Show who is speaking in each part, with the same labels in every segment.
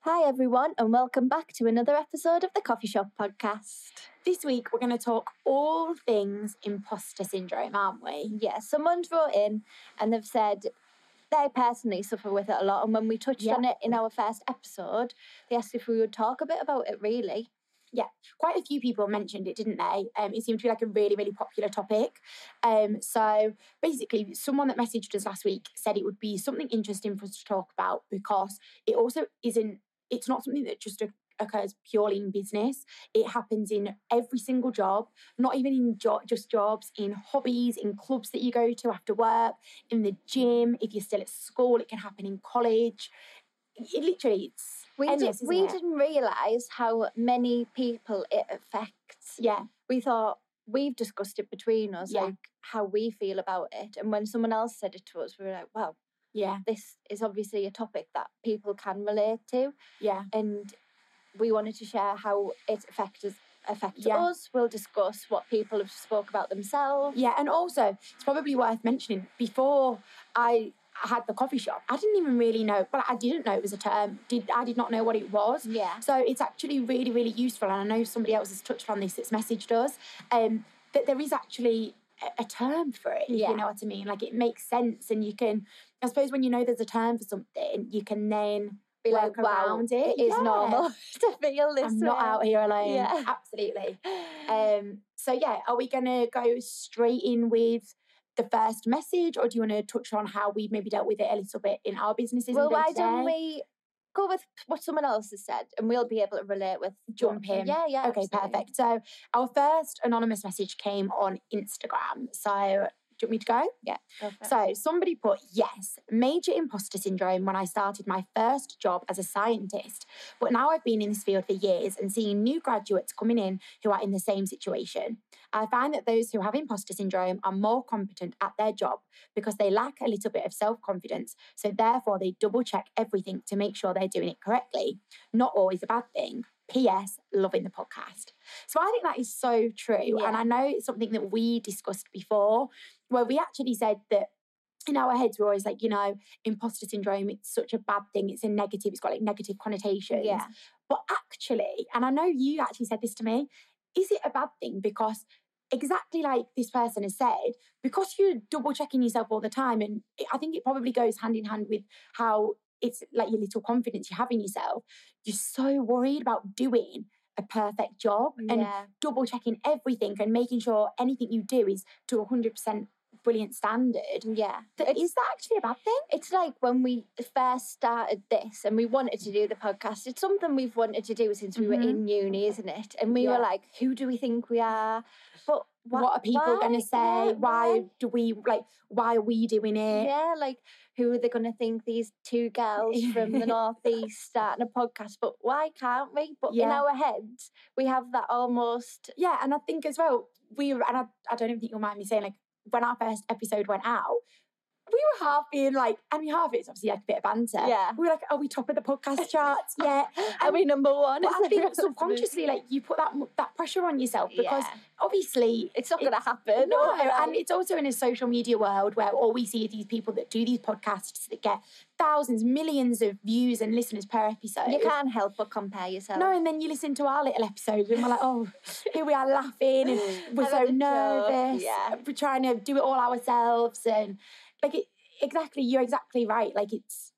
Speaker 1: Hi, everyone, and welcome back to another episode of the Coffee Shop Podcast.
Speaker 2: This week, we're going to talk all things imposter syndrome, aren't we?
Speaker 1: Yeah, someone's wrote in and they've said they personally suffer with it a lot. And when we touched
Speaker 2: Yeah.
Speaker 1: on it in our first episode, they asked if we would talk a bit about it, really.
Speaker 2: Quite a few people mentioned it, didn't they? Um, it seemed to be like a really, really popular topic. Um, so basically, someone that messaged us last week said it would be something interesting for us to talk about because it also isn't, it's not something that just oc- occurs purely in business. It happens in every single job, not even in jo- just jobs, in hobbies, in clubs that you go to after work, in the gym, if you're still at school, it can happen in college. It literally, it's
Speaker 1: We,
Speaker 2: endless,
Speaker 1: did,
Speaker 2: isn't
Speaker 1: we
Speaker 2: it?
Speaker 1: didn't realise how many people it affects.
Speaker 2: yeah.
Speaker 1: We thought we've discussed it between us,
Speaker 2: Yeah.
Speaker 1: like how we feel about it. And when someone else said it to us, we were like, wow,
Speaker 2: Yeah,
Speaker 1: this is obviously a topic that people can relate to.
Speaker 2: yeah,
Speaker 1: and we wanted to share how it affects us. Affects
Speaker 2: Yeah.
Speaker 1: us. We'll discuss what people have spoke about themselves.
Speaker 2: yeah. And also, it's probably worth mentioning before I had the coffee shop, I didn't even really know. Well, I didn't know it was a term. Did I did not know what it was.
Speaker 1: Yeah,
Speaker 2: So it's actually really, really useful. And I know somebody else has touched on this that's messaged us um, that there is actually a- a term for it. if
Speaker 1: Yeah.
Speaker 2: You know what I mean? Like it makes sense, and you can. I suppose when you know there's a term for something, you can then
Speaker 1: be
Speaker 2: work around it.
Speaker 1: It is
Speaker 2: Yeah.
Speaker 1: normal to feel this.
Speaker 2: I'm not
Speaker 1: way."
Speaker 2: out here alone.
Speaker 1: Yeah.
Speaker 2: Absolutely. Um, so yeah, are we gonna go straight in with the first message, or do you want to touch on how we've maybe dealt with it a little bit in our businesses?
Speaker 1: well,
Speaker 2: and
Speaker 1: why don't
Speaker 2: day-to-day?
Speaker 1: we go with what someone else has said, and we'll be able to relate with
Speaker 2: Jump
Speaker 1: what-
Speaker 2: in.
Speaker 1: Yeah, yeah.
Speaker 2: Okay,
Speaker 1: absolutely.
Speaker 2: perfect. So our first anonymous message came on Instagram. So do you want me to go?
Speaker 1: Go for it.
Speaker 2: So somebody put, yes, major imposter syndrome when I started my first job as a scientist. But now I've been in this field for years and seeing new graduates coming in who are in the same situation. I find that those who have imposter syndrome are more competent at their job because they lack a little bit of self confidence. So therefore, they double check everything to make sure they're doing it correctly. Not always a bad thing. P.S. Loving the podcast. So I think that is so true. And
Speaker 1: Yeah.
Speaker 2: I know it's something that we discussed before where we actually said that in our heads we're always like you know imposter syndrome it's such a bad thing it's a negative it's got like negative connotations
Speaker 1: yeah,
Speaker 2: but actually and i know you actually said this to me is it a bad thing because exactly like this person has said because you're double checking yourself all the time and it- i think it probably goes hand in hand with how it's like your little confidence you have in yourself you're so worried about doing a perfect job and
Speaker 1: yeah,
Speaker 2: double checking everything and making sure anything you do is to 100% brilliant standard.
Speaker 1: yeah.
Speaker 2: Th-
Speaker 1: It's-
Speaker 2: is that actually a bad thing?
Speaker 1: It's like when we first started this and we wanted to do the podcast. It's something we've wanted to do since we were
Speaker 2: Mhm.
Speaker 1: in uni, isn't it? And we
Speaker 2: Yeah.
Speaker 1: were like, who do we think we are? But wha-
Speaker 2: what are people going
Speaker 1: why?
Speaker 2: to say?
Speaker 1: Yeah,
Speaker 2: why do we like? Why are we doing it?
Speaker 1: Yeah, like who are they going to think these two girls from the northeast starting a podcast? But why can't we? But in
Speaker 2: Yeah.
Speaker 1: our heads, we have that almost.
Speaker 2: Yeah, and I think as well, we were- and I, I don't even think you'll mind me saying like when our first episode went out, we were half being like, I mean, half of it's obviously like a bit of banter.
Speaker 1: Yeah.
Speaker 2: we were like, are we top of the podcast charts yet?
Speaker 1: Are we number one?
Speaker 2: But I
Speaker 1: Is
Speaker 2: think
Speaker 1: everyone's-
Speaker 2: subconsciously, like you put that that pressure on yourself because
Speaker 1: Yeah.
Speaker 2: obviously
Speaker 1: it's not
Speaker 2: it-
Speaker 1: going to happen.
Speaker 2: No,
Speaker 1: or like-
Speaker 2: and it's also in a social media world where all we see is these people that do these podcasts that get thousands, millions of views and listeners per episode.
Speaker 1: you can't help but compare yourself.
Speaker 2: No, and then you listen to our little episodes and we're like, oh, here we are laughing and we're so
Speaker 1: Having a joke,
Speaker 2: nervous.
Speaker 1: yeah.
Speaker 2: We're trying to do it all ourselves and like it, exactly, you're exactly right. Like it's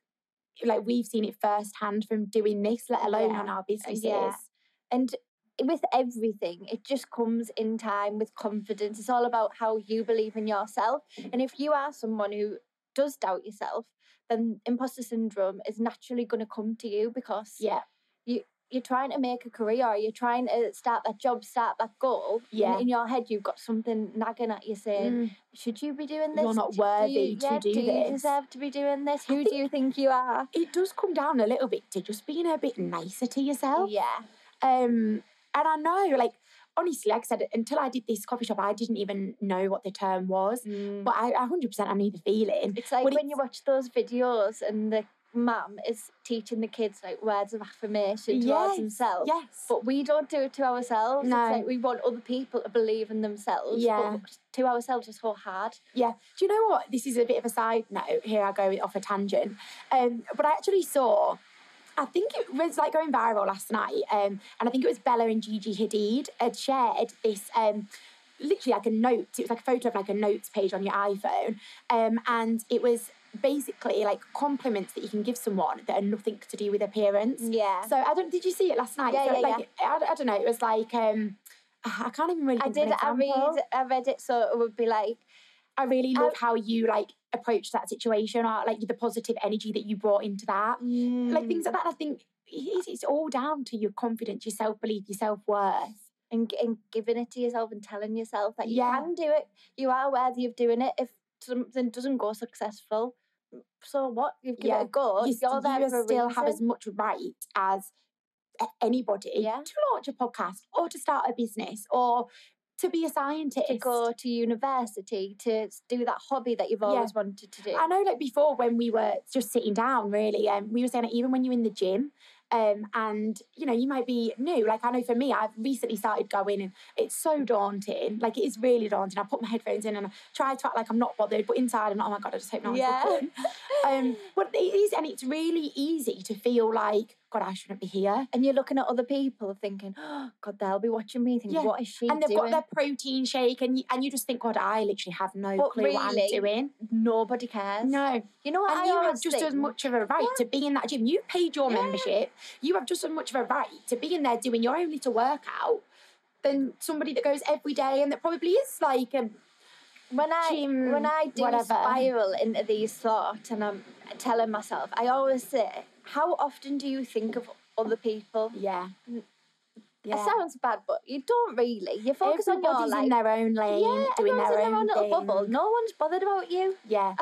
Speaker 2: like we've seen it firsthand from doing this, let alone
Speaker 1: Yeah.
Speaker 2: on our businesses.
Speaker 1: and with everything it just comes in time with confidence it's all about how you believe in yourself and if you are someone who does doubt yourself then imposter syndrome is naturally going to come to you because
Speaker 2: Yeah.
Speaker 1: you're trying to make a career or you're trying to start that job start that goal and
Speaker 2: Yeah.
Speaker 1: in your head you've got something nagging at you saying
Speaker 2: Mm.
Speaker 1: should you be doing this
Speaker 2: You're not
Speaker 1: Do- do
Speaker 2: worthy
Speaker 1: you-
Speaker 2: to
Speaker 1: yeah,
Speaker 2: do
Speaker 1: you
Speaker 2: this."
Speaker 1: deserve to be doing this who do
Speaker 2: think-
Speaker 1: you think you are
Speaker 2: It does come down a little bit to just being a bit nicer to yourself.
Speaker 1: yeah
Speaker 2: Um, and I know, like, honestly, like I said, until I did this coffee shop, I didn't even know what the term was. But I, I 100% I knew the feeling.
Speaker 1: It's like
Speaker 2: But
Speaker 1: when you watch those videos and the mum is teaching the kids like words of affirmation towards
Speaker 2: Yes,
Speaker 1: themselves.
Speaker 2: Yes.
Speaker 1: But we don't do it to ourselves.
Speaker 2: No.
Speaker 1: It's like we want other people to believe in themselves.
Speaker 2: Yeah.
Speaker 1: But to ourselves is so hard.
Speaker 2: Do you know what? This is a bit of a side note. Here I go off a tangent. Um, but I actually saw I think it was like going viral last night, um, and I think it was Bella and Gigi Hadid had shared this. Um, literally like a note it was like a photo of like a notes page on your iphone um, and it was basically like compliments that you can give someone that are nothing to do with appearance
Speaker 1: Yeah.
Speaker 2: so i don't did you see it last night
Speaker 1: Mm. Yeah,
Speaker 2: So,
Speaker 1: yeah,
Speaker 2: like I, I don't know it was like um i can't even really
Speaker 1: I
Speaker 2: think of an
Speaker 1: did. I
Speaker 2: example.
Speaker 1: read. I read it, so it would be like,
Speaker 2: I really
Speaker 1: I-
Speaker 2: love how you like approach that situation or like the positive energy that you brought into that. Like things
Speaker 1: Mm.
Speaker 2: like that. I think it's, it's all down to your confidence, your self belief, your self worth.
Speaker 1: and, g- and giving it to yourself and telling yourself that you
Speaker 2: Yeah.
Speaker 1: can do it. You are worthy of doing it. If something doesn't go successful, so what? You've given
Speaker 2: Yeah.
Speaker 1: it a go.
Speaker 2: You,
Speaker 1: You,
Speaker 2: st-
Speaker 1: are there
Speaker 2: you
Speaker 1: for a
Speaker 2: still have as
Speaker 1: reason.
Speaker 2: much right as a- anybody
Speaker 1: Yeah.
Speaker 2: to launch a podcast or to start a business or to be a scientist.
Speaker 1: to go to university to s- do that hobby that you've
Speaker 2: Yeah.
Speaker 1: always wanted to do.
Speaker 2: I know, like before, when we were just sitting down, really, um, we were saying that even when you're in the gym, um, and you know, you might be new. Like I know for me, I've recently started going, and it's so daunting. Like it is really daunting. I put my headphones in and I try to act like I'm not bothered, but inside I'm like, oh my god, I just hope no one's
Speaker 1: Yeah.
Speaker 2: looking. Um, but it is, and it's really easy to feel like, God, I shouldn't be here.
Speaker 1: and you're looking at other people thinking, oh, God, they'll be watching me thinking,
Speaker 2: Yeah.
Speaker 1: what is she
Speaker 2: And they've
Speaker 1: doing?
Speaker 2: got their protein shake, and you, and you just think, God, I literally have no
Speaker 1: But
Speaker 2: clue what I'm
Speaker 1: really,
Speaker 2: doing.
Speaker 1: Nobody cares.
Speaker 2: No,
Speaker 1: You know what
Speaker 2: and
Speaker 1: I
Speaker 2: you have
Speaker 1: always
Speaker 2: just as
Speaker 1: think?
Speaker 2: much of a right to be in that gym. You paid your
Speaker 1: Yeah.
Speaker 2: membership. You have just as much of a right to be in there doing your own little workout than somebody that goes every day and that probably is like um, a
Speaker 1: when I
Speaker 2: gym,
Speaker 1: when I do
Speaker 2: whatever.
Speaker 1: spiral into these thoughts and I'm telling myself, I always say, how often do you think of other people?
Speaker 2: yeah.
Speaker 1: It sounds bad, but you don't really. You focus on your
Speaker 2: Everybody's
Speaker 1: life.
Speaker 2: in their own lane,
Speaker 1: yeah,
Speaker 2: doing
Speaker 1: everyone's in
Speaker 2: their own,
Speaker 1: their own little
Speaker 2: thing.
Speaker 1: bubble. No one's bothered about you.
Speaker 2: Yeah,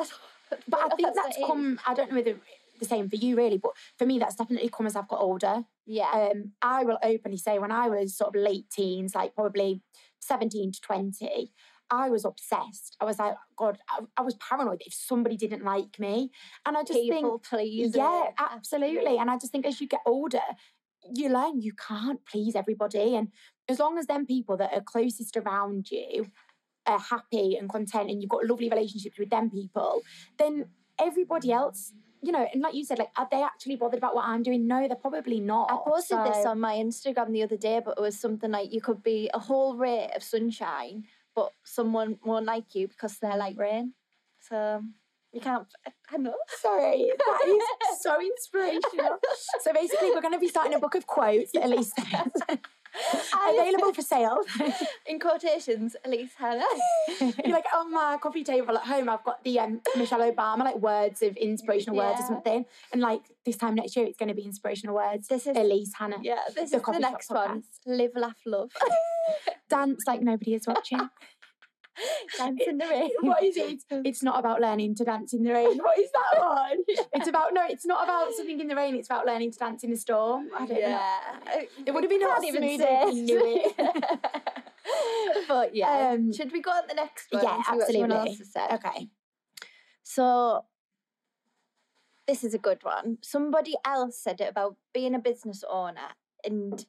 Speaker 2: but I think that's come. I don't know whether the same for you really, but for me, that's definitely come as I've got older.
Speaker 1: Yeah.
Speaker 2: um, I will openly say when I was sort of late teens, like probably 17 to 20, I was obsessed. I was like, God, I, I was paranoid that if somebody didn't like me. And I just
Speaker 1: People please.
Speaker 2: think, yeah, absolutely. And I just think as you get older, you learn you can't please everybody. And as long as them people that are closest around you are happy and content and you've got lovely relationships with them people, then everybody else, you know, and like you said, like, are they actually bothered about what I'm doing? No, they're probably not.
Speaker 1: I posted this
Speaker 2: So-
Speaker 1: on my Instagram the other day, but it was something like you could be a whole ray of sunshine, but someone won't like you because they're like rain. So you can't. I know.
Speaker 2: Sorry, that is so inspirational. So basically, we're going to be starting a book of quotes that Elise says. available for sale.
Speaker 1: in quotations, Elise Hannah.
Speaker 2: You're like on my coffee table at home. I've got the um, Michelle Obama like words of inspirational words or
Speaker 1: Yeah.
Speaker 2: something, and like this time next year, it's going to be inspirational words.
Speaker 1: This is
Speaker 2: Elise Hannah,
Speaker 1: yeah. This
Speaker 2: the
Speaker 1: is
Speaker 2: coffee
Speaker 1: the
Speaker 2: shop
Speaker 1: next one. Live, laugh, love.
Speaker 2: dance like nobody is watching.
Speaker 1: Dance in the rain.
Speaker 2: What is it? it's not about learning to dance in the rain. What is that one? It's about no. It's not about something in the rain. It's about learning to dance in the storm. I don't know. It would have been a lot
Speaker 1: Can't
Speaker 2: smoother
Speaker 1: even
Speaker 2: if we
Speaker 1: say.
Speaker 2: knew it.
Speaker 1: but yeah,
Speaker 2: Um,
Speaker 1: should we go on the next one?
Speaker 2: yeah,
Speaker 1: and see what someone
Speaker 2: absolutely.
Speaker 1: else has said?
Speaker 2: Okay.
Speaker 1: So this is a good one. Somebody else said it about being a business owner and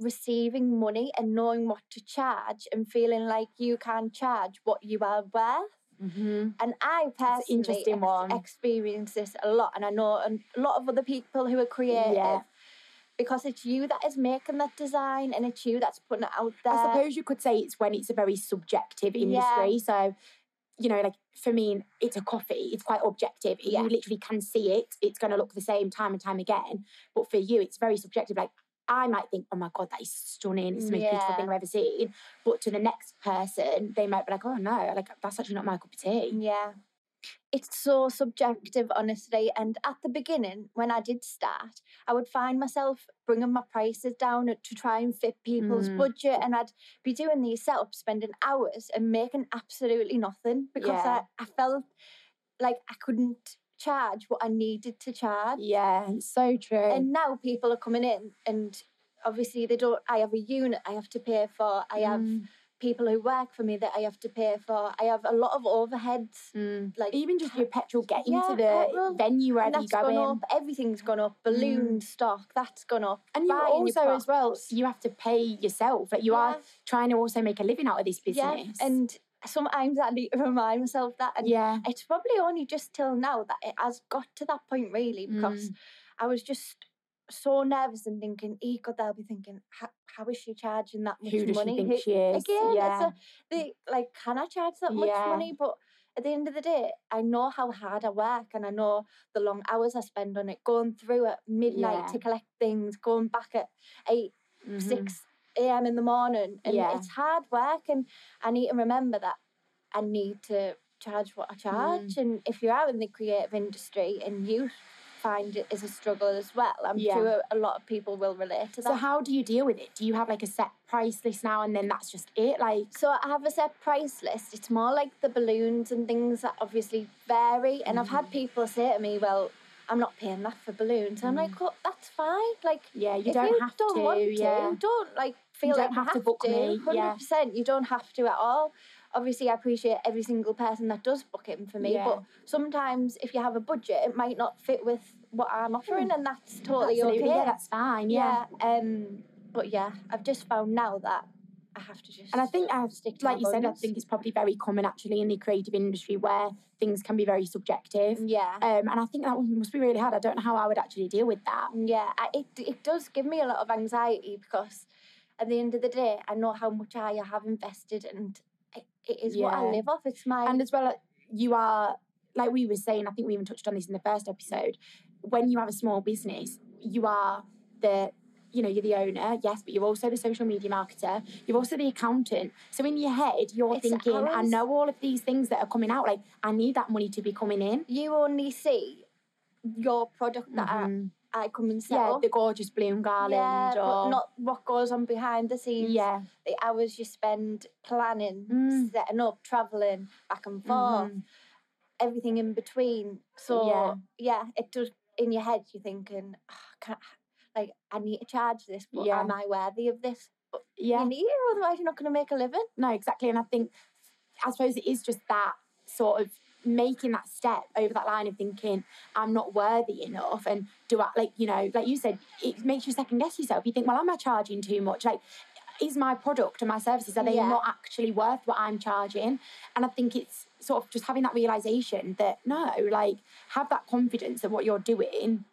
Speaker 1: receiving money and knowing what to charge and feeling like you can charge what you are worth.
Speaker 2: Mm-hmm.
Speaker 1: And I personally
Speaker 2: That's an interesting one.
Speaker 1: experience this a lot, and I know a lot of other people who are creative.
Speaker 2: Yeah.
Speaker 1: Because it's you that is making that design and it's you that's putting it out there.
Speaker 2: I suppose you could say it's when it's a very subjective
Speaker 1: Yeah.
Speaker 2: industry. So, you know, like for me, it's a coffee. It's quite objective.
Speaker 1: Yeah.
Speaker 2: You literally can see it. It's going to look the same time and time again. But for you, it's very subjective. Like I might think, oh my god, that is stunning. It's the most beautiful
Speaker 1: Yeah.
Speaker 2: thing I've ever seen. But to the next person, they might be like, oh no, like that's actually not my cup of tea.
Speaker 1: Yeah. It's so subjective, honestly. And at the beginning, when I did start, I would find myself bringing my prices down to try and fit people's
Speaker 2: Mm.
Speaker 1: budget. And I'd be doing these self spending hours and making absolutely nothing because
Speaker 2: Yeah.
Speaker 1: I, I felt like I couldn't charge what I needed to charge.
Speaker 2: Yeah, it's so true.
Speaker 1: And now people are coming in, and obviously, they don't. I have a unit I have to pay for, I have
Speaker 2: Mm,
Speaker 1: people who work for me that I have to pay for, I have a lot of overheads.
Speaker 2: mm.
Speaker 1: Like
Speaker 2: even just your petrol getting
Speaker 1: Yeah,
Speaker 2: to the
Speaker 1: petrol.
Speaker 2: venue
Speaker 1: and
Speaker 2: wherever you
Speaker 1: that's
Speaker 2: go in.
Speaker 1: gone up. Everything's gone up.
Speaker 2: Mm.
Speaker 1: Balloon stock that's gone up.
Speaker 2: And you
Speaker 1: Buying your
Speaker 2: also, as well,
Speaker 1: props.
Speaker 2: you have to pay yourself. Like you are
Speaker 1: Yeah.
Speaker 2: trying to also make a living out of this business.
Speaker 1: Yeah, and sometimes I need to remind myself that. And
Speaker 2: yeah, Mm.
Speaker 1: it's probably only just till now that it has got to that point, really, because I was just so nervous and thinking, "E God, they'll be thinking, how, how is she charging that much
Speaker 2: Who does
Speaker 1: money?"
Speaker 2: she think
Speaker 1: Who-
Speaker 2: she is?
Speaker 1: Again,
Speaker 2: yeah.
Speaker 1: it's a, they, like, can I charge that much
Speaker 2: Yeah.
Speaker 1: money? But at the end of the day, I know how hard I work and I know the long hours I spend on it, going through at midnight
Speaker 2: Yeah.
Speaker 1: to collect things, going back at 8
Speaker 2: Mhm.
Speaker 1: 6 a.m. in the morning. And
Speaker 2: Yeah.
Speaker 1: it's hard work. And I need to remember that I need to charge what I
Speaker 2: Mm.
Speaker 1: charge. And if you're out in the creative industry and you find it is a struggle as well, I'm
Speaker 2: Yeah.
Speaker 1: sure a lot of people will relate to that.
Speaker 2: So how do you deal with it? Do you have like a set price list now and then that's just it? Like
Speaker 1: So I have a set price list. It's more like the balloons and things that obviously vary. And I've
Speaker 2: Mm.
Speaker 1: had people say to me, "Well, I'm not paying that for balloons." I'm like, "Well, that's fine. Like,
Speaker 2: yeah, Mm. you
Speaker 1: if
Speaker 2: don't
Speaker 1: you
Speaker 2: have
Speaker 1: don't
Speaker 2: to.
Speaker 1: want to,
Speaker 2: yeah.
Speaker 1: you don't like feel
Speaker 2: don't
Speaker 1: like you
Speaker 2: have to book me,
Speaker 1: Hundred
Speaker 2: yeah.
Speaker 1: percent. You don't have to at all. Obviously, I appreciate every single person that does book in for me.
Speaker 2: Yeah.
Speaker 1: But sometimes, if you have a budget, it might not fit with what I'm offering, and that's totally
Speaker 2: Mm. Absolutely,
Speaker 1: okay.
Speaker 2: Yeah, that's fine. Yeah.
Speaker 1: yeah. Um. But yeah, I've just found now that I have to just
Speaker 2: And I think I've
Speaker 1: stick to
Speaker 2: like
Speaker 1: my
Speaker 2: you said, I
Speaker 1: guns.
Speaker 2: think it's probably very common actually in the creative industry where things can be very subjective.
Speaker 1: Yeah.
Speaker 2: Um, and I think that one must be really hard. I don't know how I would actually deal with that.
Speaker 1: Um, Yeah, I, it, it does give me a lot of anxiety because at the end of the day, I know how much I have invested and it, it is what I
Speaker 2: Yeah.
Speaker 1: live off. It's my.
Speaker 2: And as well, like, you are like we were saying. I think we even touched on this in the first episode. When you have a small business, you are the you know you're the owner, yes, but you're also the social media marketer. You're also the accountant. So in your head, you're
Speaker 1: It's
Speaker 2: thinking, I
Speaker 1: hours.
Speaker 2: know all of these things that are coming out. Like I need that money to be coming in.
Speaker 1: you only see your product that
Speaker 2: Mhm.
Speaker 1: I, I come and
Speaker 2: yeah,
Speaker 1: sell.
Speaker 2: the gorgeous bloom garland.
Speaker 1: Mm-hmm. yeah, but
Speaker 2: or,
Speaker 1: not what goes on behind the scenes.
Speaker 2: yeah,
Speaker 1: The hours you spend planning,
Speaker 2: Mm.
Speaker 1: setting up, travelling back and forth,
Speaker 2: mhm.
Speaker 1: everything in between. So yeah,
Speaker 2: Yeah.
Speaker 1: it does in your head. You're thinking, oh, can like I need to charge this, but
Speaker 2: Yeah.
Speaker 1: am I worthy of this? But
Speaker 2: yeah.
Speaker 1: you need it, otherwise you're not going to make a living.
Speaker 2: No, exactly. And I think, I suppose it is just that sort of making that step over that line of thinking, I'm not worthy enough. And do I, like, you know, like you said, it makes you second guess yourself. You think, well, am I charging too much? Like, is my product and my services, are they
Speaker 1: Yeah.
Speaker 2: not actually worth what I'm charging? And I think it's sort of just having that realization that no, like, have that confidence that what you're doing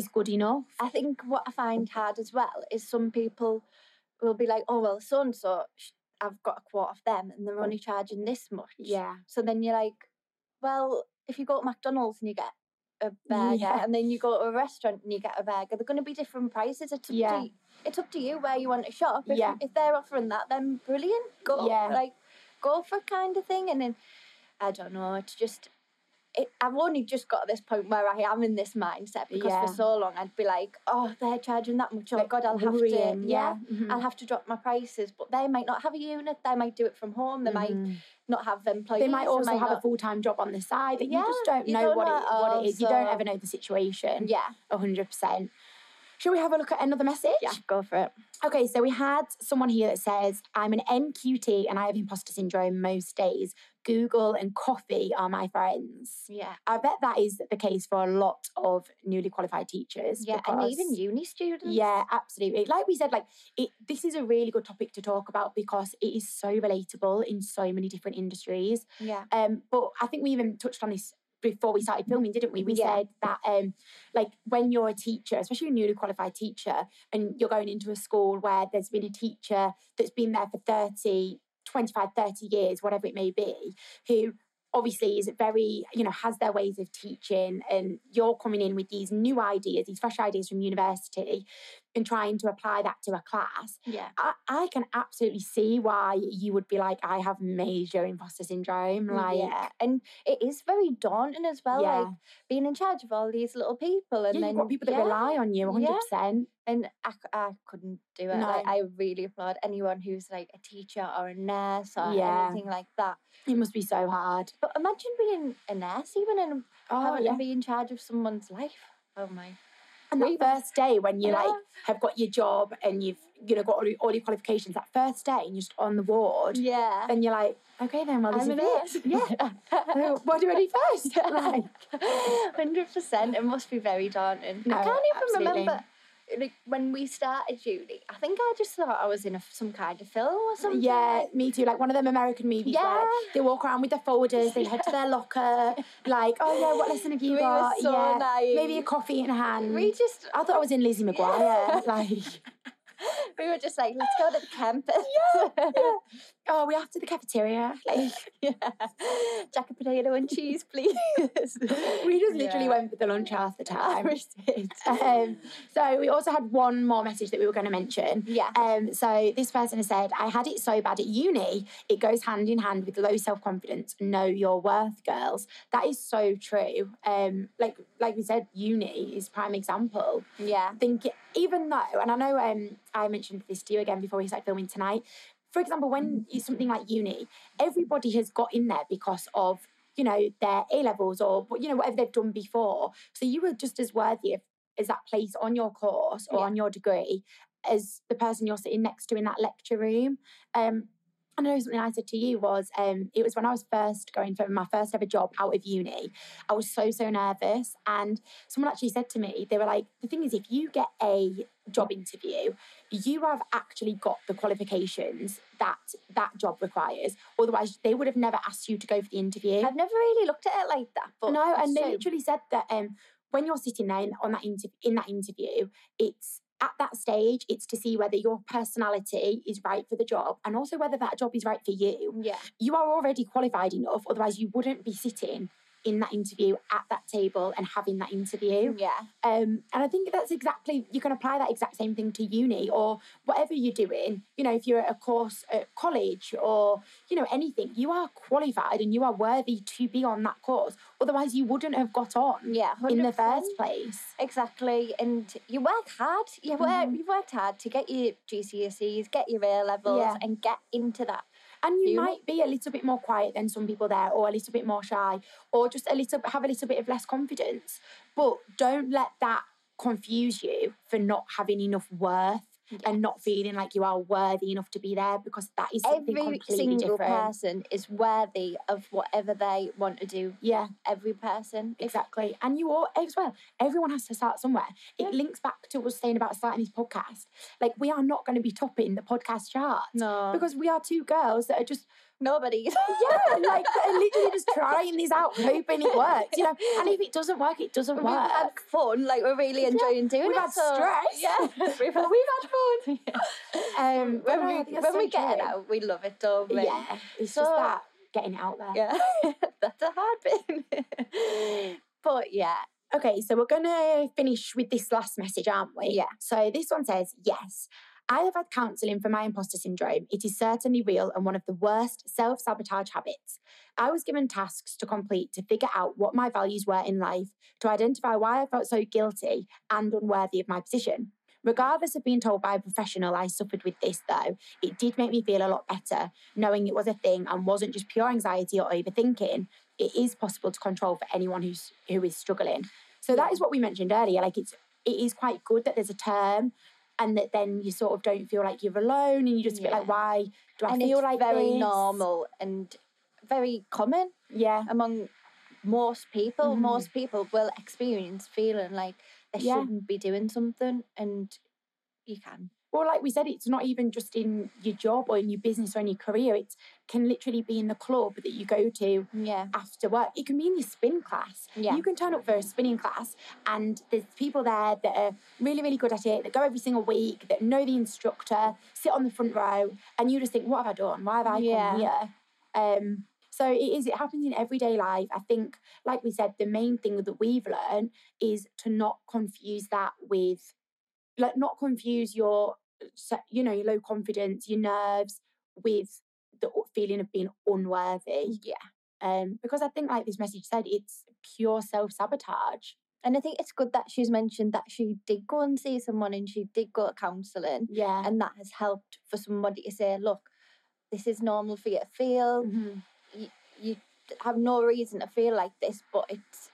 Speaker 2: is good enough.
Speaker 1: I think what I find hard as well is some people will be like, oh well, so and so, I've got a quart of them, and they're only charging this much.
Speaker 2: Yeah.
Speaker 1: So then you're like, well, if you go to McDonald's and you get a burger,
Speaker 2: Yeah.
Speaker 1: and then you go to a restaurant and you get a burger, they're going to be different prices. It's up
Speaker 2: Yeah.
Speaker 1: to it's up to you where you want to shop. If,
Speaker 2: Yeah.
Speaker 1: if they're offering that, then brilliant. Go
Speaker 2: Yeah.
Speaker 1: like go for it kind of thing, and then I don't know. It's just. It, I've only just got to this point where I am in this mindset because
Speaker 2: Yeah.
Speaker 1: for so long I'd be like, oh, they're charging that much. Oh
Speaker 2: Like,
Speaker 1: God, I'll have to.
Speaker 2: worrying,
Speaker 1: yeah.
Speaker 2: mhm.
Speaker 1: I'll have to drop my prices, but they might not have a unit. They might do it from home. They might
Speaker 2: Mhm.
Speaker 1: not have employees.
Speaker 2: they might also have a
Speaker 1: not-
Speaker 2: full time job on the side that
Speaker 1: Yeah,
Speaker 2: you just don't
Speaker 1: you
Speaker 2: know
Speaker 1: don't
Speaker 2: what,
Speaker 1: know
Speaker 2: it,
Speaker 1: at
Speaker 2: what
Speaker 1: all,
Speaker 2: it is. You don't
Speaker 1: so-
Speaker 2: ever know the situation.
Speaker 1: yeah,
Speaker 2: hundred percent. Shall we have a look at another message?
Speaker 1: Go for it.
Speaker 2: Okay, so we had someone here that says, "I'm an MQT and I have imposter syndrome most days. Google and coffee are my friends."
Speaker 1: Yeah,
Speaker 2: I bet that is the case for a lot of newly qualified teachers.
Speaker 1: yeah, and
Speaker 2: because-
Speaker 1: even uni students.
Speaker 2: yeah, absolutely. Like we said, like it, this is a really good topic to talk about because it is so relatable in so many different industries.
Speaker 1: yeah,
Speaker 2: Um, but I think we even touched on this before we started filming, didn't we? We
Speaker 1: Yeah.
Speaker 2: said that um, like when you're a teacher, especially a newly qualified teacher, and you're going into a school where there's been a teacher that's been there for 30, 25, 30 years, whatever it may be, who obviously is very, you know, has their ways of teaching and you're coming in with these new ideas, these fresh ideas from university and trying to apply that to a class.
Speaker 1: yeah.
Speaker 2: I, I can absolutely see why you would be like, I have major imposter syndrome. Like,
Speaker 1: yeah, and it is very daunting as well.
Speaker 2: Yeah.
Speaker 1: Like being in charge of all these little people, and
Speaker 2: yeah,
Speaker 1: then
Speaker 2: you've got people that
Speaker 1: yeah.
Speaker 2: rely on you 100%.
Speaker 1: yeah. And I, c- I couldn't do it.
Speaker 2: No.
Speaker 1: Like, I really applaud anyone who's like a teacher or a nurse or
Speaker 2: Yeah.
Speaker 1: anything like that.
Speaker 2: It must be so hard.
Speaker 1: But imagine being a nurse, even and
Speaker 2: Oh,
Speaker 1: having
Speaker 2: yeah.
Speaker 1: to be in charge of someone's life. Oh my.
Speaker 2: And that first day when you
Speaker 1: Yeah.
Speaker 2: like have got your job and you've you know got all, your- all your qualifications, that first day and you're just on the ward,
Speaker 1: Yeah.
Speaker 2: then you're like, okay then, well this
Speaker 1: I'm a
Speaker 2: is it. Yeah. So what do I do first? Like,
Speaker 1: Hundred percent. It must be very daunting.
Speaker 2: No,
Speaker 1: I can't even
Speaker 2: absolutely.
Speaker 1: remember like when we started uni, I think I just thought I was in a, some kind of film or something.
Speaker 2: Yeah, me too. Like one of them American movies
Speaker 1: Yeah.
Speaker 2: where they walk around with their folders, they head to their locker, like, oh yeah, what lesson have you
Speaker 1: we
Speaker 2: got?
Speaker 1: were so
Speaker 2: yeah.
Speaker 1: naive.
Speaker 2: Maybe a coffee in hand.
Speaker 1: we just
Speaker 2: I thought I was in Lizzie McGuire. like,
Speaker 1: we were just like, let's go to the campus.
Speaker 2: oh, we have to the cafeteria. Like,
Speaker 1: Yeah. Jack and potato and cheese, please.
Speaker 2: we just literally
Speaker 1: Yeah.
Speaker 2: went for the lunch half the
Speaker 1: I
Speaker 2: time.
Speaker 1: wish it.
Speaker 2: um, so we also had one more message that we were going to mention.
Speaker 1: Yeah.
Speaker 2: Um, so this person has said, I had it so bad at uni. It goes hand in hand with low self confidence. Know your worth, girls. That is so true. Um, like like we said, uni is prime example.
Speaker 1: Yeah.
Speaker 2: I think even though, and I know um, I mentioned this to you again before we started filming tonight. For example, when it's something like uni, everybody has got in there because of you know their A levels or you know whatever they've done before. So you were just as worthy of, as that place on your course or
Speaker 1: Yeah.
Speaker 2: on your degree as the person you're sitting next to in that lecture room. Um, I know something I said to you was um, it was when I was first going for my first ever job out of uni. I was so so nervous, and someone actually said to me, they were like, the thing is, if you get a job interview, you have actually got the qualifications that that job requires. Otherwise, they would have never asked you to go for the interview.
Speaker 1: I've never really looked at it like that, but
Speaker 2: no, and they
Speaker 1: so-
Speaker 2: literally said that um, when you're sitting there in, on that inter- in that interview, it's at that stage, it's to see whether your personality is right for the job and also whether that job is right for you
Speaker 1: yeah,
Speaker 2: you are already qualified enough, otherwise you wouldn't be sitting in that interview at that table and having that interview.
Speaker 1: yeah,
Speaker 2: Um, and I think that's exactly you can apply that exact same thing to uni or whatever you're doing. You know, if you're at a course at college or you know anything, you are qualified and you are worthy to be on that course. Otherwise, you wouldn't have got on
Speaker 1: yeah.
Speaker 2: in the
Speaker 1: 100%.
Speaker 2: first place.
Speaker 1: Exactly, and you work hard. You work,
Speaker 2: Mhm.
Speaker 1: you worked hard to get your GCSEs, get your A levels,
Speaker 2: Yeah.
Speaker 1: and get into that.
Speaker 2: And you
Speaker 1: You-
Speaker 2: might be a little bit more quiet than some people there, or a little bit more shy, or just a little have a little bit of less confidence. But don't let that confuse you for not having enough worth and not feeling like you are worthy enough to be there because that is something
Speaker 1: Every
Speaker 2: completely
Speaker 1: single
Speaker 2: different.
Speaker 1: person is worthy of whatever they want to do.
Speaker 2: Yeah,
Speaker 1: Every person, If-
Speaker 2: exactly. And you all as well. Everyone has to start somewhere. It
Speaker 1: Yeah.
Speaker 2: links back to us saying about starting this podcast. Like we are not going to be topping the podcast chart
Speaker 1: no,
Speaker 2: because we are two girls that are just
Speaker 1: nobody.
Speaker 2: Yeah, like and literally just trying these out, hoping it works, you know. And if it doesn't work, it doesn't
Speaker 1: We've had
Speaker 2: work.
Speaker 1: fun, like we're really
Speaker 2: Yeah,
Speaker 1: enjoying doing
Speaker 2: we've
Speaker 1: it.
Speaker 2: had
Speaker 1: so-
Speaker 2: stress.
Speaker 1: Yeah, we've had, we've had fun.
Speaker 2: Um, but
Speaker 1: When
Speaker 2: no, I
Speaker 1: we
Speaker 2: think that's
Speaker 1: when
Speaker 2: so
Speaker 1: we get it
Speaker 2: true.
Speaker 1: out, we love it, don't we?
Speaker 2: yeah, it's just
Speaker 1: So-
Speaker 2: that getting it out there.
Speaker 1: Yeah, that's a hard bit. but yeah,
Speaker 2: Okay, so we're gonna finish with this last message, aren't we?
Speaker 1: Yeah.
Speaker 2: So this one says, yes. I have had counselling for my imposter syndrome. It is certainly real and one of the worst self sabotage habits. I was given tasks to complete to figure out what my values were in life, to identify why I felt so guilty and unworthy of my position. Regardless of being told by a professional I suffered with this, though, it did make me feel a lot better knowing it was a thing and wasn't just pure anxiety or overthinking. It is possible to control for anyone who's who is struggling. So that
Speaker 1: Yeah.
Speaker 2: is what we mentioned earlier. Like it's it is quite good that there's a term and that then you sort of don't feel like you're alone and you just feel
Speaker 1: Yeah.
Speaker 2: like why do I
Speaker 1: and
Speaker 2: feel
Speaker 1: it's
Speaker 2: like
Speaker 1: very
Speaker 2: this?
Speaker 1: normal and very common
Speaker 2: Yeah.
Speaker 1: among most people.
Speaker 2: Mhm.
Speaker 1: Most people will experience feeling like they
Speaker 2: Yeah.
Speaker 1: shouldn't be doing something, and you can.
Speaker 2: Well, like we said, it's not even just in your job or in your business or in your career. It can literally be in the club that you go to
Speaker 1: Yeah,
Speaker 2: after work. It can be in your spin class.
Speaker 1: Yeah.
Speaker 2: You can turn up for a spinning class, and there's people there that are really, really good at it, that go every single week, that know the instructor, sit on the front row, and you just think, what have I done? Why have I
Speaker 1: Yeah.
Speaker 2: come here? Um, so it is, it happens in everyday life. I think, like we said, the main thing that we've learned is to not confuse that with, like, not confuse your, se- you know, your low confidence, your nerves with the feeling of being unworthy
Speaker 1: yeah.
Speaker 2: um, because I think, like this message said, it's pure self sabotage.
Speaker 1: And I think it's good that she's mentioned that she did go and see someone, and she did go to counselling,
Speaker 2: Yeah.
Speaker 1: and that has helped for somebody to say, look. This is normal for you to feel.
Speaker 2: Mhm.
Speaker 1: you have no reason to feel like this, but it's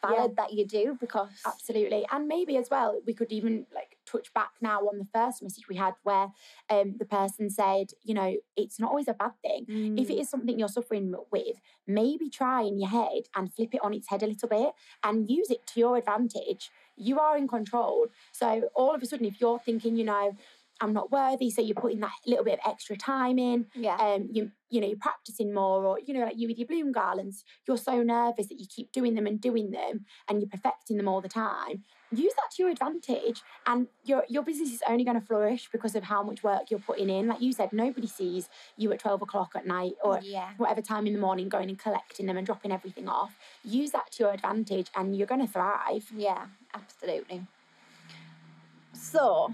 Speaker 1: valid that you do because
Speaker 2: Absolutely. And maybe as well, we could even like touch back now on the first message we had where um, the person said, you know, it's not always a bad thing. If it is something you're suffering with, maybe try in your head and flip it on its head a little bit and use it to your advantage. you are in control. So all of a sudden, if you're thinking, you know, I'm not worthy, so you're putting that little bit of extra time in,
Speaker 1: Yeah.
Speaker 2: um, you you know, you're practicing more, or you know, like you with your bloom garlands, you're so nervous that you keep doing them and doing them, and you're perfecting them all the time. Use that to your advantage, and your your business is only going to flourish because of how much work you're putting in. Like you said, nobody sees you at twelve o'clock at night or
Speaker 1: yeah.
Speaker 2: whatever time in the morning going and collecting them and dropping everything off. Use that to your advantage, and you're going to thrive.
Speaker 1: Yeah, absolutely. So,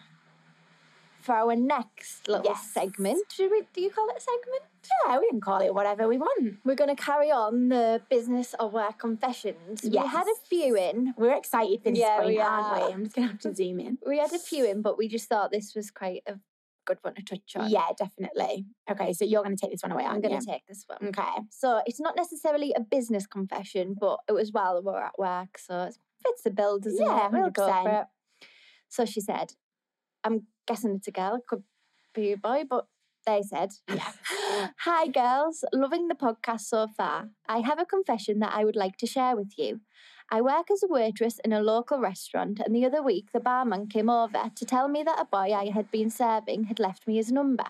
Speaker 1: for our next little
Speaker 2: Yes.
Speaker 1: segment, should we, do you call it a segment?
Speaker 2: Yeah, we can call it whatever we want.
Speaker 1: We're going to carry on the business of our confessions. We had
Speaker 2: Yes.
Speaker 1: a few in.
Speaker 2: We're excited for this
Speaker 1: Yeah,
Speaker 2: point,
Speaker 1: we
Speaker 2: aren't
Speaker 1: are.
Speaker 2: we? I'm just gonna have to zoom in.
Speaker 1: We had a few in, but we just thought this was quite a good one to touch on.
Speaker 2: Yeah, definitely. Okay, so you're gonna take this one away,
Speaker 1: I'm
Speaker 2: aren't
Speaker 1: going
Speaker 2: you?
Speaker 1: to take this one.
Speaker 2: okay.
Speaker 1: So, it's not necessarily a business confession, but it was while we were at work. So, it fits the bill, doesn't
Speaker 2: Yeah,
Speaker 1: it? We'll go
Speaker 2: 100%.
Speaker 1: for it. So, she said, I'm guessing it's a girl, it could be a boy, but they said,
Speaker 2: Yeah.
Speaker 1: Hi, girls. Loving the podcast so far. I have a confession that I would like to share with you. I work as a waitress in a local restaurant, and the other week the barman came over to tell me that a boy I had been serving had left me his number.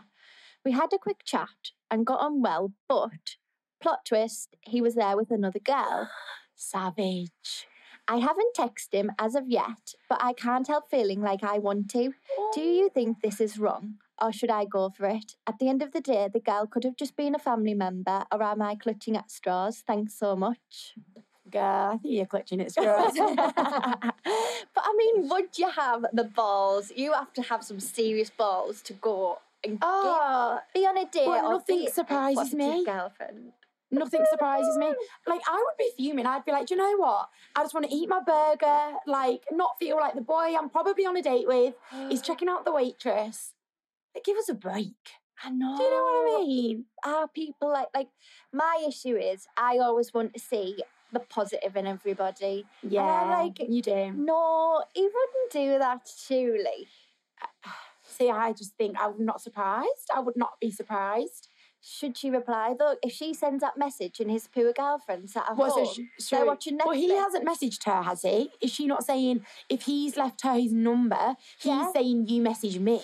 Speaker 1: We had a quick chat and got on well, but plot twist, he was there with another girl.
Speaker 2: Savage.
Speaker 1: I haven't texted him as of yet, but I can't help feeling like I want to. Do you think this is wrong, or should I go for it? At the end of the day, the girl could have just been a family member, or am I clutching at straws? Thanks so much.
Speaker 2: Girl, I think you're clutching at
Speaker 1: but
Speaker 2: straws.
Speaker 1: I mean, would you have the balls? You have to have some serious balls to go and
Speaker 2: oh,
Speaker 1: get, be on a date
Speaker 2: well,
Speaker 1: or
Speaker 2: nothing
Speaker 1: be
Speaker 2: surprises
Speaker 1: what's your
Speaker 2: me.
Speaker 1: girlfriend.
Speaker 2: Nothing surprises me. Like, I would be fuming. I'd be like, "Do you know what? I just want to eat my burger, like, not feel like the boy I'm probably on a date with is checking out the waitress. Like, give us a break.
Speaker 1: I know.
Speaker 2: Do you know what I mean?
Speaker 1: Are people like like? My issue is I always want to see the positive in everybody.
Speaker 2: Yeah,
Speaker 1: like-
Speaker 2: you do.
Speaker 1: No, he wouldn't do that, surely.
Speaker 2: See, I just think I'm not surprised. I would not be surprised.
Speaker 1: Should she reply though? If she sends that message and his poor girlfriend sat at
Speaker 2: Well, so
Speaker 1: home,
Speaker 2: sh-
Speaker 1: they're
Speaker 2: so-
Speaker 1: watching Netflix.
Speaker 2: well, he hasn't messaged her, has he? Is she not saying if he's left her his number, he's
Speaker 1: Yeah.
Speaker 2: saying you message me?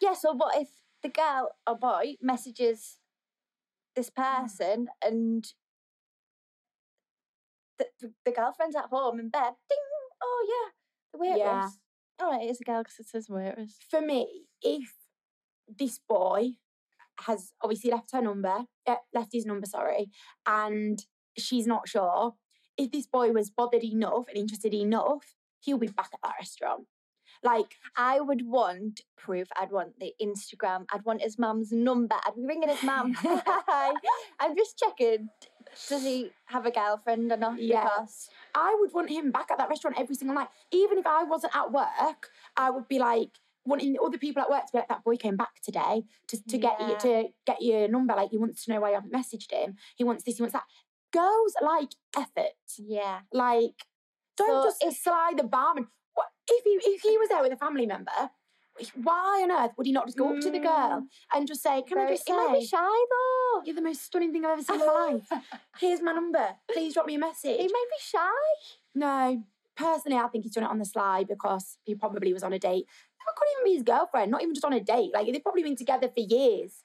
Speaker 1: Yeah. So what if the girl or boy messages this
Speaker 2: Hmm.
Speaker 1: person and the, the, the girlfriend's at home in bed? Ding! Oh yeah, the waitress.
Speaker 2: Yeah.
Speaker 1: All right, it's a girl because it says waitress.
Speaker 2: For me, if this boy has obviously left her number, uh, left his number, sorry, and she's not sure, if this boy was bothered enough and interested enough, he'll be back at that restaurant. Like,
Speaker 1: I would want proof. I'd want the Instagram. I'd want his mum's number. I'd be ringing his mum. Hi. I'm just checking. Does he have a girlfriend or not?
Speaker 2: Yeah.
Speaker 1: Because
Speaker 2: I would want him back at that restaurant every single night. Even if I wasn't at work, I would be like wanting other people at work to be like, "That boy came back today to, to get
Speaker 1: Yeah.
Speaker 2: you to get your number. Like he wants to know why you haven't messaged him. He wants this. He wants that." Girls like effort.
Speaker 1: yeah.
Speaker 2: Like don't
Speaker 1: So
Speaker 2: just slide the barman. What if he if he was there with a family member? Why on earth would he not just go up to the girl and just say, "Can I
Speaker 1: Mm. Very-
Speaker 2: just
Speaker 1: He might be
Speaker 2: say?"
Speaker 1: shy though.
Speaker 2: You're the most stunning thing I've ever seen in my life. Here's my number. Please drop me a message.
Speaker 1: He might be shy.
Speaker 2: No, personally, I think he's done it on the sly because he probably was on a date. That could even be his girlfriend, not even just on a date. Like they've probably been together for years.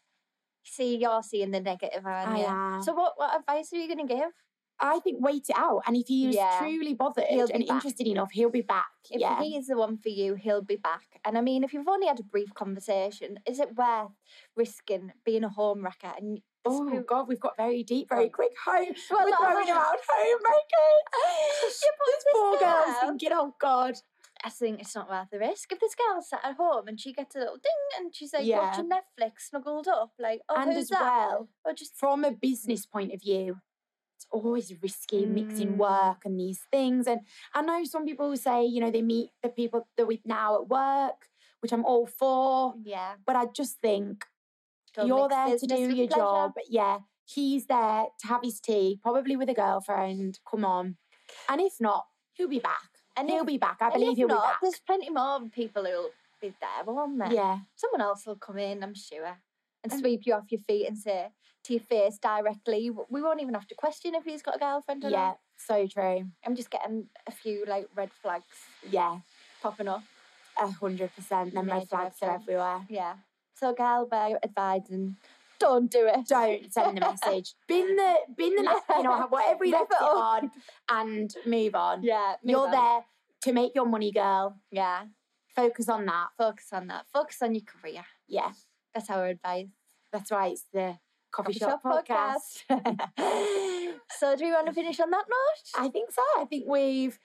Speaker 1: See, you're seeing the negative, aren't
Speaker 2: I
Speaker 1: you?
Speaker 2: am.
Speaker 1: So what, what advice are you going to give?
Speaker 2: I think wait it out, and if he's
Speaker 1: Yeah.
Speaker 2: truly bothered
Speaker 1: He'll be
Speaker 2: and
Speaker 1: back.
Speaker 2: interested enough, he'll be back.
Speaker 1: If
Speaker 2: yeah,
Speaker 1: he is the one for you, he'll be back. And I mean, if you've only had a brief conversation, is it worth risking being a home wrecker? And
Speaker 2: Oh
Speaker 1: screw-
Speaker 2: God, we've got very deep, very quick home.
Speaker 1: Well,
Speaker 2: We're
Speaker 1: not
Speaker 2: throwing
Speaker 1: that.
Speaker 2: around homemakers.
Speaker 1: Yeah, but
Speaker 2: this poor
Speaker 1: girl-
Speaker 2: girl's thinking, oh God.
Speaker 1: I think it's not worth the risk. If this girl sat at home and she gets a little ding and she's like
Speaker 2: Yeah.
Speaker 1: watching Netflix, snuggled up, like, oh,
Speaker 2: and
Speaker 1: who's
Speaker 2: as
Speaker 1: that?
Speaker 2: well,
Speaker 1: Or just
Speaker 2: from a business point of view, it's always risky
Speaker 1: Mm.
Speaker 2: mixing work and these things. And I know some people say, you know, they meet the people that we've now at work, which I'm all for.
Speaker 1: yeah,
Speaker 2: But I just think
Speaker 1: don't
Speaker 2: you're
Speaker 1: mix
Speaker 2: there to
Speaker 1: business
Speaker 2: do
Speaker 1: with
Speaker 2: your
Speaker 1: pleasure.
Speaker 2: job. Yeah, he's there to have his tea, probably with a girlfriend. Come on. And if not, he'll be back.
Speaker 1: And
Speaker 2: he'll
Speaker 1: if-
Speaker 2: be back. I
Speaker 1: And
Speaker 2: believe
Speaker 1: if
Speaker 2: he'll
Speaker 1: not,
Speaker 2: be
Speaker 1: There's plenty more people who'll be there, won't there?
Speaker 2: back. Yeah.
Speaker 1: Someone else will come in, I'm sure, and
Speaker 2: Um,
Speaker 1: sweep you off your feet and say to your face directly. w- We won't even have to question if he's got a girlfriend or
Speaker 2: Yeah.
Speaker 1: not.
Speaker 2: So true.
Speaker 1: I'm just getting a few like red flags
Speaker 2: Yeah,
Speaker 1: popping up.
Speaker 2: a hundred percent. Then
Speaker 1: Major
Speaker 2: red flags are
Speaker 1: red flag.
Speaker 2: everywhere.
Speaker 1: Yeah. So, girl, by advising, don't do it.
Speaker 2: Don't send the message. Bin the bin the message you know, whatever you
Speaker 1: Leave
Speaker 2: left
Speaker 1: it
Speaker 2: it
Speaker 1: up.
Speaker 2: on and move on.
Speaker 1: Yeah. move
Speaker 2: You're
Speaker 1: on.
Speaker 2: there to make your money, girl.
Speaker 1: Yeah.
Speaker 2: Focus on that.
Speaker 1: Focus on that. Focus on your career.
Speaker 2: Yeah,
Speaker 1: That's our advice.
Speaker 2: that's right. It's the coffee,
Speaker 1: Coffee
Speaker 2: shop,
Speaker 1: Shop
Speaker 2: podcast.
Speaker 1: So, do we want to finish on that note?
Speaker 2: I think so. I think we've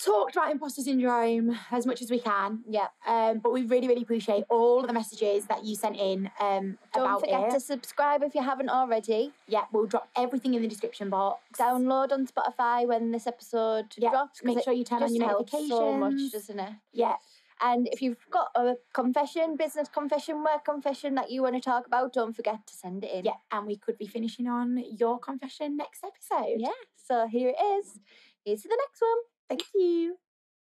Speaker 2: talked about imposter syndrome as much as we can.
Speaker 1: Yeah.
Speaker 2: Um, but we really, really appreciate all of the messages that you sent in um,
Speaker 1: Don't
Speaker 2: about
Speaker 1: forget
Speaker 2: it.
Speaker 1: to subscribe if you haven't already.
Speaker 2: Yeah, we'll drop everything in the description box.
Speaker 1: Download on Spotify when this episode
Speaker 2: Yeah,
Speaker 1: drops. 'cause
Speaker 2: Make
Speaker 1: it
Speaker 2: sure you turn on
Speaker 1: just
Speaker 2: your
Speaker 1: helps
Speaker 2: notifications.
Speaker 1: so much, doesn't it?
Speaker 2: yeah,
Speaker 1: And if you've got a confession, business confession, work confession that you want to talk about, don't forget to send it in.
Speaker 2: yeah. And we could be finishing on your confession next episode.
Speaker 1: Yeah. So here it is. Here's to the next one.
Speaker 2: Thank you.